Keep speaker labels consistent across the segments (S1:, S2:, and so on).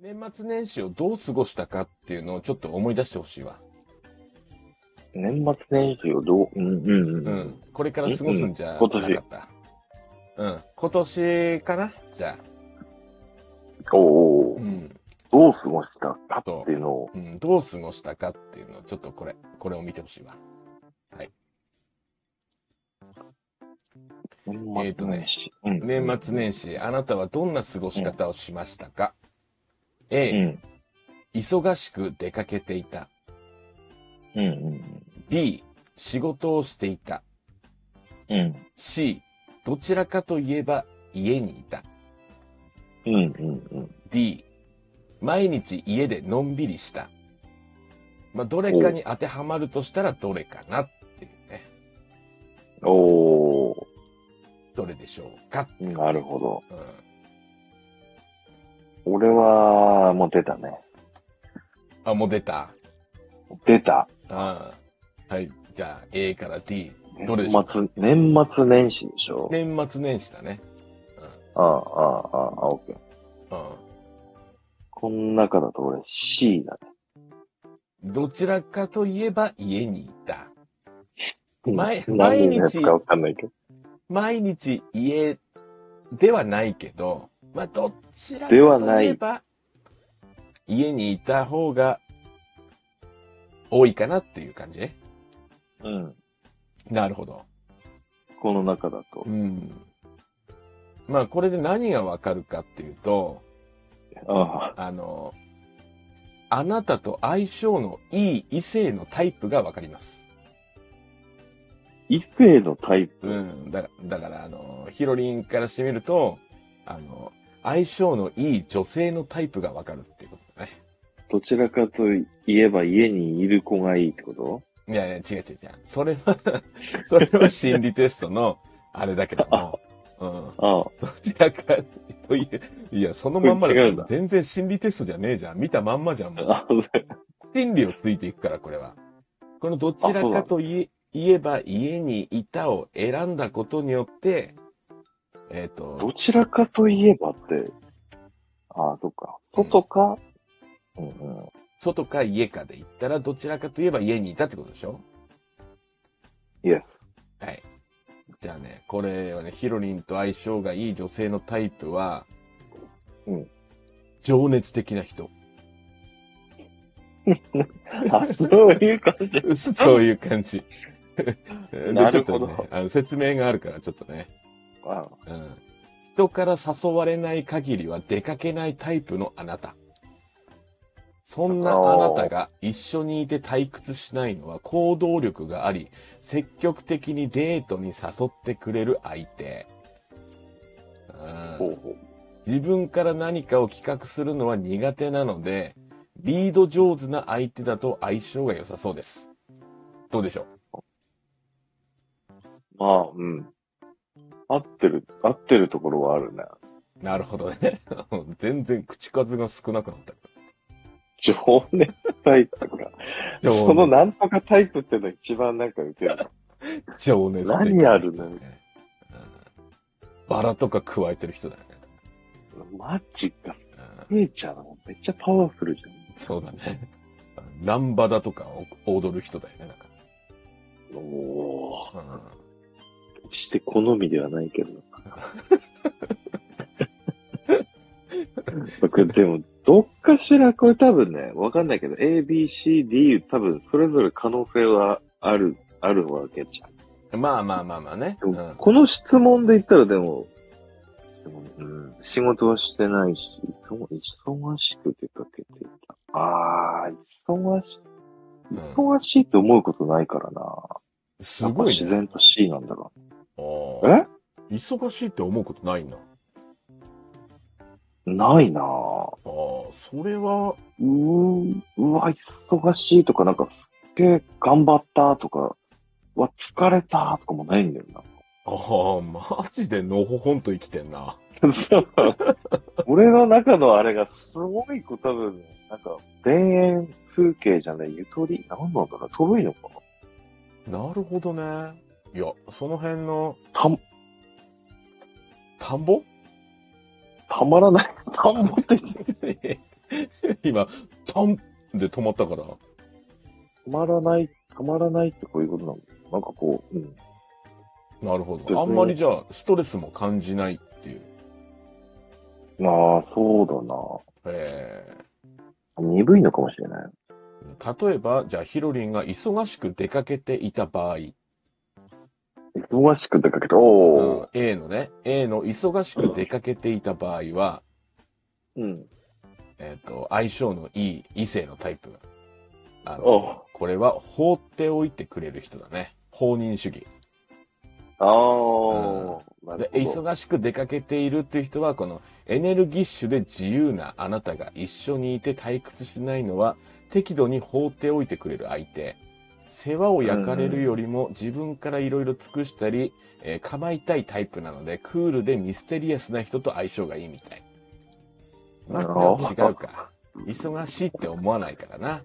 S1: 年末年始をどう過ごしたかっていうのをちょっと思い出してほしいわ。
S2: 年末年始をどう、うん、うん、
S1: う
S2: うんん。。
S1: これから過ごすんじゃなか
S2: うん
S1: っ
S2: 今年
S1: た。うん。今年かなじゃあ。
S2: おーおー、
S1: うん、
S2: どう過ごしたかっていうのを、
S1: うん。どう過ごしたかっていうのをちょっとこれ、これを見てほしいわ。え
S2: 年
S1: ーと
S2: 末
S1: ね
S2: 年始。うん
S1: 年末年始、あなたはどんな過ごし方をしましたか、
S2: う
S1: ?A、
S2: ん、
S1: 忙しく出かけていた。
S2: うん、うん。
S1: B、仕事をしていた。
S2: うん、
S1: C、どちらかといえば家にいた。
S2: うん、うん、
S1: D、毎日家でのんびりした。まあ、どれかに当てはまるとしたらどれかなっていうね。
S2: うん。おー、
S1: どれでしょうかっていう
S2: なるほど。
S1: うん。
S2: 俺は、もう出たね。
S1: あ、もう出た。
S2: 出た。
S1: ああはい。じゃあ、A から D。どれで
S2: 年
S1: しょう
S2: 末、年末年始でしょ。
S1: 年末年始だね。
S2: ああ、ああ、ああ、オッケー。
S1: う
S2: この中だと俺 C だね。
S1: ん。どちらかといえば家にいた。毎
S2: うん何のやつ
S1: 毎日
S2: かわかんないけど。
S1: 毎日家ではないけど、まあ、どちらか
S2: では
S1: と
S2: ないい
S1: えば、家にいた方が多いかなっていう感じ
S2: うん。
S1: なるほど。
S2: この中だと
S1: う。ん。まあ、これで何がわかるかっていうと、
S2: ああ、
S1: あの、あなたと相性のいい異性のタイプがわかります。
S2: 異性のタイプ。
S1: うん。だから、だから、あの、ヒロリンからしてみると、あの、相性のいい女性のタイプがわかるっていうことだね。
S2: どちらかといえば家にいる子がいいってこと
S1: いやいや、違う違う違う。それは、 それは心理テストの、あれだけども、うん。
S2: あ
S1: どちらかという、いや、そのまんまだ
S2: これ違うんだ
S1: 全然心理テストじゃねえじゃん。見たまんまじゃん、もう。
S2: あ、あ
S1: 心理をついていくから、これは。このどちらかといえ言えば家にいたを選んだことによって、えっ、
S2: ど
S1: と、
S2: ちらかといえばって。ああ、そっか。外か、うん、うんうん
S1: 外か家かで言ったら、どちらかといえば家にいたってことでしょ
S2: イエス。
S1: はい。じゃあね、これはね、ヒロリンと相性がいい女性のタイプは、
S2: うん。
S1: 情熱的な人。
S2: あ、そういう感 じ。
S1: そういう感じ。 で
S2: なるほど
S1: ちょっとねあの説明があるから、ちょっとね。
S2: あ
S1: うん。人から誘われない限りは出かけないタイプのあなた。そんなあなたが一緒にいて退屈しないのは行動力があり、積極的にデートに誘ってくれる相手。うん
S2: ほうほう。
S1: 自分から何かを企画するのは苦手なので、リード上手な相手だと相性が良さそうです。どうでしょ
S2: まあ、うん。合ってる、合ってるところはあるね。
S1: うなるほどね。 全然口数が少なくなったけ
S2: 情熱タイプ が。
S1: ど。
S2: そのなんとかタイプってのが一番なんか受ける。
S1: 情熱的な人
S2: 何あるの
S1: うんバラとか加えてる人だよね。
S2: マジか。
S1: う
S2: す
S1: ん
S2: げえじゃん。めっちゃパワフルじ
S1: そうだね。ランバダとかを踊る人だよね。なんか
S2: ゃん。おー。
S1: うん
S2: して好みではな いけど。僕、でも、どっかしら、これ多分ね、わかんないけど、A, B, C, D, 多分、それぞれ可能性はある、あるわけじゃん。
S1: まあまあまあまあね。
S2: でも
S1: うん
S2: この質問で言ったらでも、でもうん、仕事はしてないし、忙忙しく出かけていた。ああ、忙し、
S1: うん
S2: 忙しいって思うことないからな。
S1: すご
S2: やっぱ
S1: い
S2: 自
S1: ね。
S2: 然と C なんだろ
S1: お
S2: う。
S1: ー
S2: え
S1: 忙しいって思うことないんだ。
S2: ないな
S1: ああ、それは、
S2: うーうわ、忙しいとか、なんかすっげえ頑張ったとか、うわ、疲れたとかもないんだよ な。
S1: ああ、マジでのほほんと生きてんな。
S2: そう。俺の中のあれがすごいこう多分、なんか、田園風景じゃない、ゆとり、なんなんだろう、とろいのかな
S1: なるほどね。いや、その辺の
S2: た、
S1: 田んぼ
S2: たまらない。田んぼって、
S1: い 今、パンで止まったから。
S2: 止まらない、止まらないってこういうことなのなんかこう、うん。
S1: なるほ
S2: 別に
S1: ど。あんまりじゃあ、ストレスも感じないっていう。
S2: まあ、そう
S1: え
S2: だな。鈍いのかもしれない。
S1: ー例えば、じゃあ、ヒロリンが忙しく出かけていた場合、
S2: 忙しく出かけて、おー。
S1: A のね、A の忙しく出かけていた場合は、
S2: うん。
S1: えっ、と、相性のいい異性のタイプ。あの、
S2: おー
S1: これは放っておいてくれる人だね。放任主義。
S2: あー。なる
S1: で、
S2: ほど
S1: 忙しく出かけているっていう人は、このエネルギッシュで自由なあなたが一緒にいて退屈しないのは、適度に放っておいてくれる相手。世話を焼かれるよりも自分からいろいろ尽くしたり、えー構いたいタイプなので、クールでミステリアスな人と相性がいいみたい。まあ、これは違うか。忙しいって思わないからな。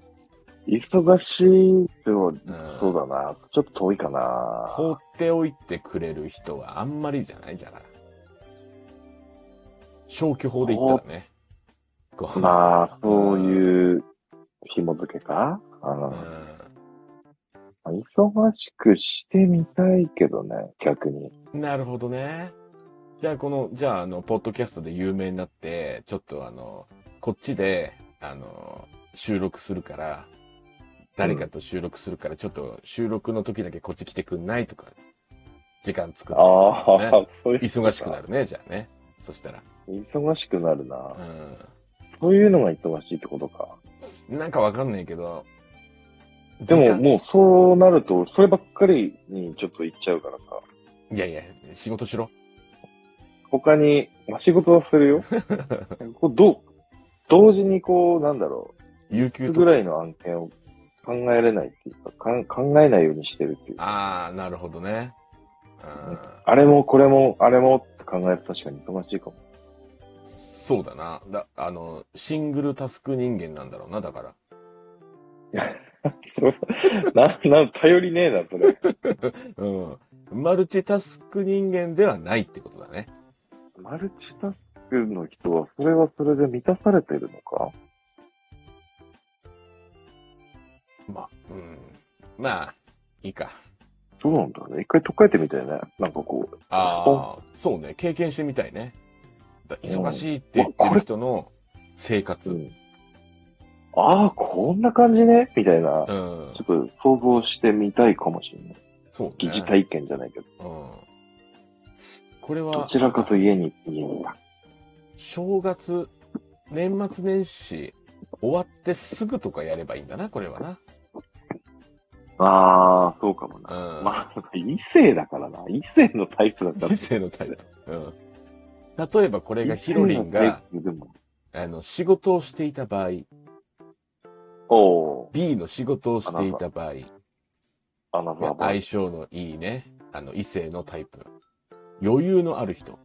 S2: 忙しいでも、
S1: ん
S2: そうだな。ちょっと遠いかな。
S1: 放っておいてくれる人はあんまりじゃないじゃない。消去法で言ったらね。こう
S2: まあ、そういう紐付けか。あの、忙しくしてみたいけどね、逆に。
S1: うんなるほどね。じゃあ、この、じゃあ、あの、ポッドキャストで有名になって、ちょっとあの、こっちで、あの、収録するから、誰かと収録するから、ちょっと収録の時だけこっち来てくんないとか、時間作って、
S2: ああ、そういう。
S1: 忙しくな
S2: る。
S1: るね、じゃあね。そしたら。
S2: 忙しくなるな
S1: う。ん。
S2: そういうのが忙しいってことか。
S1: なんかわかんないけど。
S2: で
S1: 時
S2: も
S1: 間
S2: もうそうなると、そればっかりにちょっと行っちゃうからさ。
S1: いやいや、仕事しろ。
S2: 他に、まあ、仕事はす るよ。こうどう、同時にこう、なんだろ
S1: 有
S2: う、
S1: 給
S2: い
S1: と
S2: つぐらいの案件を考えれないっていうかかん考えないようにしてるっていうか。
S1: ああ、なるほどね。うん
S2: あれもこれも、あれもって考えると確かに忙しいかも。
S1: そうだな。だ、あの、シングルタスク人間なんだろうな、だから。
S2: そうな、なん、頼りねえな、それ。
S1: うん。マルチタスク人間ではないってことだね。
S2: マルチタスクの人は、それはそれで満たされてるのか
S1: まあ、うん。まあ、いいか。
S2: どうなんだろうね。一回とっかえてみたいね。なんかこう、
S1: ああ、そうね。経験してみたいね。だ忙しいって言ってる人の生活。
S2: う
S1: うん。
S2: んああ、こんな感じねみたいな、ちょっと想像してみたいかもしれない。
S1: そう
S2: 疑似
S1: ね。
S2: 体験じゃないけど。
S1: うん。これは。
S2: どちらかと家に、家にいた。
S1: 正月、年末年始、終わってすぐとかやればいいんだな、これはな。
S2: ああ、そうかもな。
S1: うん。
S2: まあ、異性だからな。異性のタイプだったら
S1: 人。生のタイプ。うん。例えばこれがヒロリンが、
S2: 異性のタイプでも。
S1: あの、仕事をしていた場合、
S2: おー
S1: B の仕事をしていた場合、
S2: あなたは
S1: 相性のいいね、あの、異性のタイプ。余裕のある人。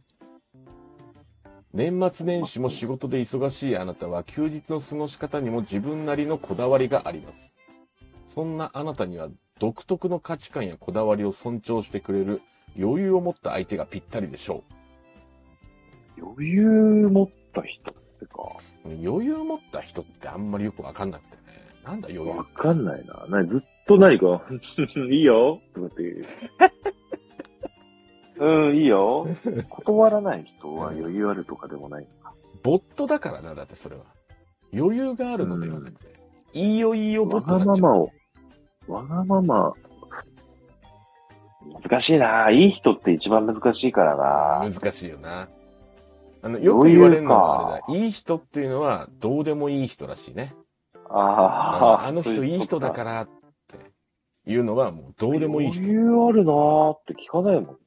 S1: 年末年始も仕事で忙しいあなたは休日の過ごし方にも自分なりのこだわりがあります。そんなあなたには独特の価値観やこだわりを尊重してくれる余裕を持った相手がぴったりでしょ
S2: 余裕持った人ってか。
S1: う。余裕を持った人ってあんまりよくわかんなくてね。なんだ余裕
S2: わ。かんないな。なにずっと何か、 いいよとかって いう。うん、いいよ。断らない人は余裕あるとかでもない。
S1: ボットだからな、だってそれは。余裕があるのではなくて。いいよいいよボ
S2: わ
S1: ット
S2: が
S1: になっ
S2: ま
S1: ちゃう
S2: まを、わがまま、難しいな。いい人って一番難しいからな。
S1: 難しいよな。あの、よく言われるのはあれだ。いい人っていうのは、どうでもいい人らしいね。
S2: あ
S1: あ
S2: あ、。
S1: あの人いい人だかららっていうのは、もうどうでもいい
S2: 余
S1: 人。
S2: 裕あるなーって聞かないもん。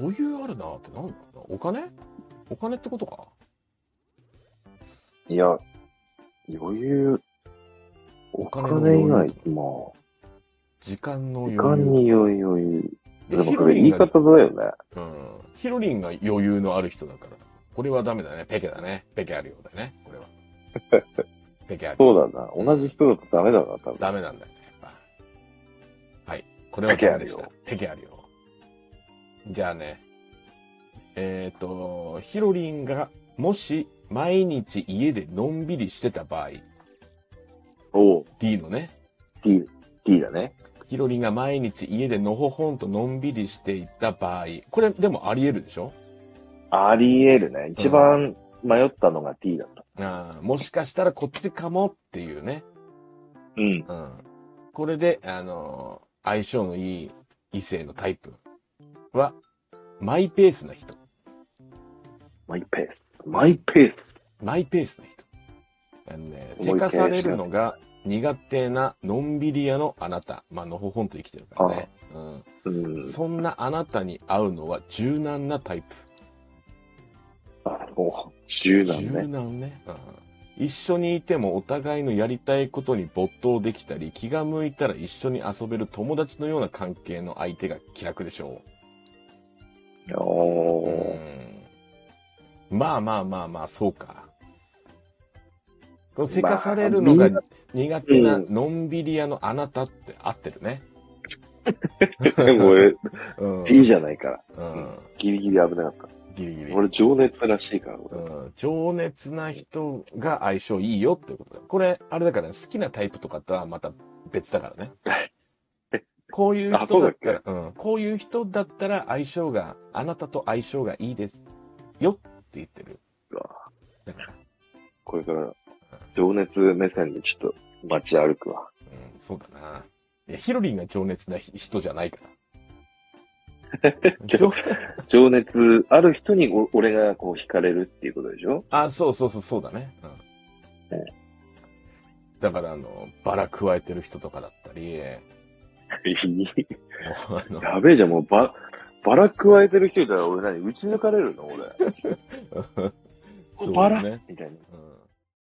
S1: 余裕あるなってなんだお金お金ってことか。
S2: いや、余裕、お
S1: お
S2: 金
S1: 金の余
S2: 以
S1: 裕
S2: 外、まあ。
S1: 時間の
S2: 時
S1: 余
S2: 間
S1: 裕。
S2: に余裕を言う。で
S1: で
S2: も
S1: ヒ
S2: こ
S1: ロ
S2: れ
S1: リ
S2: 言い
S1: ンが
S2: 方、だよね。
S1: うん。ヒロリンが余裕のある人だから。これはダメだね。ペケだね。ペケあるようだね。こ れは。ペケある。
S2: そうだな。同じ人だとダメだな、多分。
S1: ダメなんだよね。やっぱはい。これはダメでした。ペケあるよ。じゃあね。えっ、と、ヒロリンが、もし、毎日家でのんびりしてた場合、
S2: おう
S1: D のね、
S2: D、D だね。
S1: ひろりんが毎日家でのほほんとのんびりしていた場合、これでもあり得るでしょ
S2: あり得るね。一番迷ったのが D だった。
S1: あーもしかしたらこっちかもっていうね。
S2: うん。
S1: うん。これで、あのー相性のいい異性のタイプは、マイペースな人。
S2: マイペース。マイペース。
S1: マイペースな人。あのね、せ
S2: 思いっき
S1: か
S2: り
S1: されるのが苦手なのんびり屋のあなた。まあ、のほほんと生きてるからね。うん。
S2: うん。
S1: そんなあなたに合うのは柔軟なタイプ。
S2: あの、柔軟
S1: 柔
S2: ね。
S1: 軟ね、うん、一緒にいてもお互いのやりたいことに没頭できたり気が向いたら一緒に遊べる友達のような関係の相手が気楽でしょう、う
S2: おー。
S1: ん、まあまあまあまあそうかこのせかされるのが苦手なのんびり屋のあなたって合ってるね、
S2: でも俺、
S1: うんう
S2: D じゃないから。
S1: ん、
S2: ギリギリ危なかった。
S1: ギリギリ、
S2: 俺、情熱らしいから、
S1: う
S2: 俺。
S1: ん、情熱な人が相性いいよってことだこれあれだから、ね、好きなタイプとかとはまた別だ からねこういう
S2: あ
S1: 人
S2: そう
S1: だ
S2: だ
S1: っ
S2: ったけ
S1: らうん、こういう人だったら相性があなたと相性がいいですよって言ってる
S2: うわ
S1: だから、
S2: これから、情熱目線でちょっと街歩くわ。
S1: うん、そうだないやヒロリンが情熱な人じゃないから 情
S2: 情熱ある人にお俺がこう惹かれるっていうことでしょ
S1: あ、そうそうそう、そうだね。うん
S2: うん。
S1: だから、あの、バラ加えてる人とかだったり、もうあの、
S2: やべえじゃん、もうば、ばら加えてる人いたら俺何打ち抜かれるの俺。
S1: そう
S2: バ
S1: だ
S2: ラ
S1: ね。
S2: みたいな。
S1: うん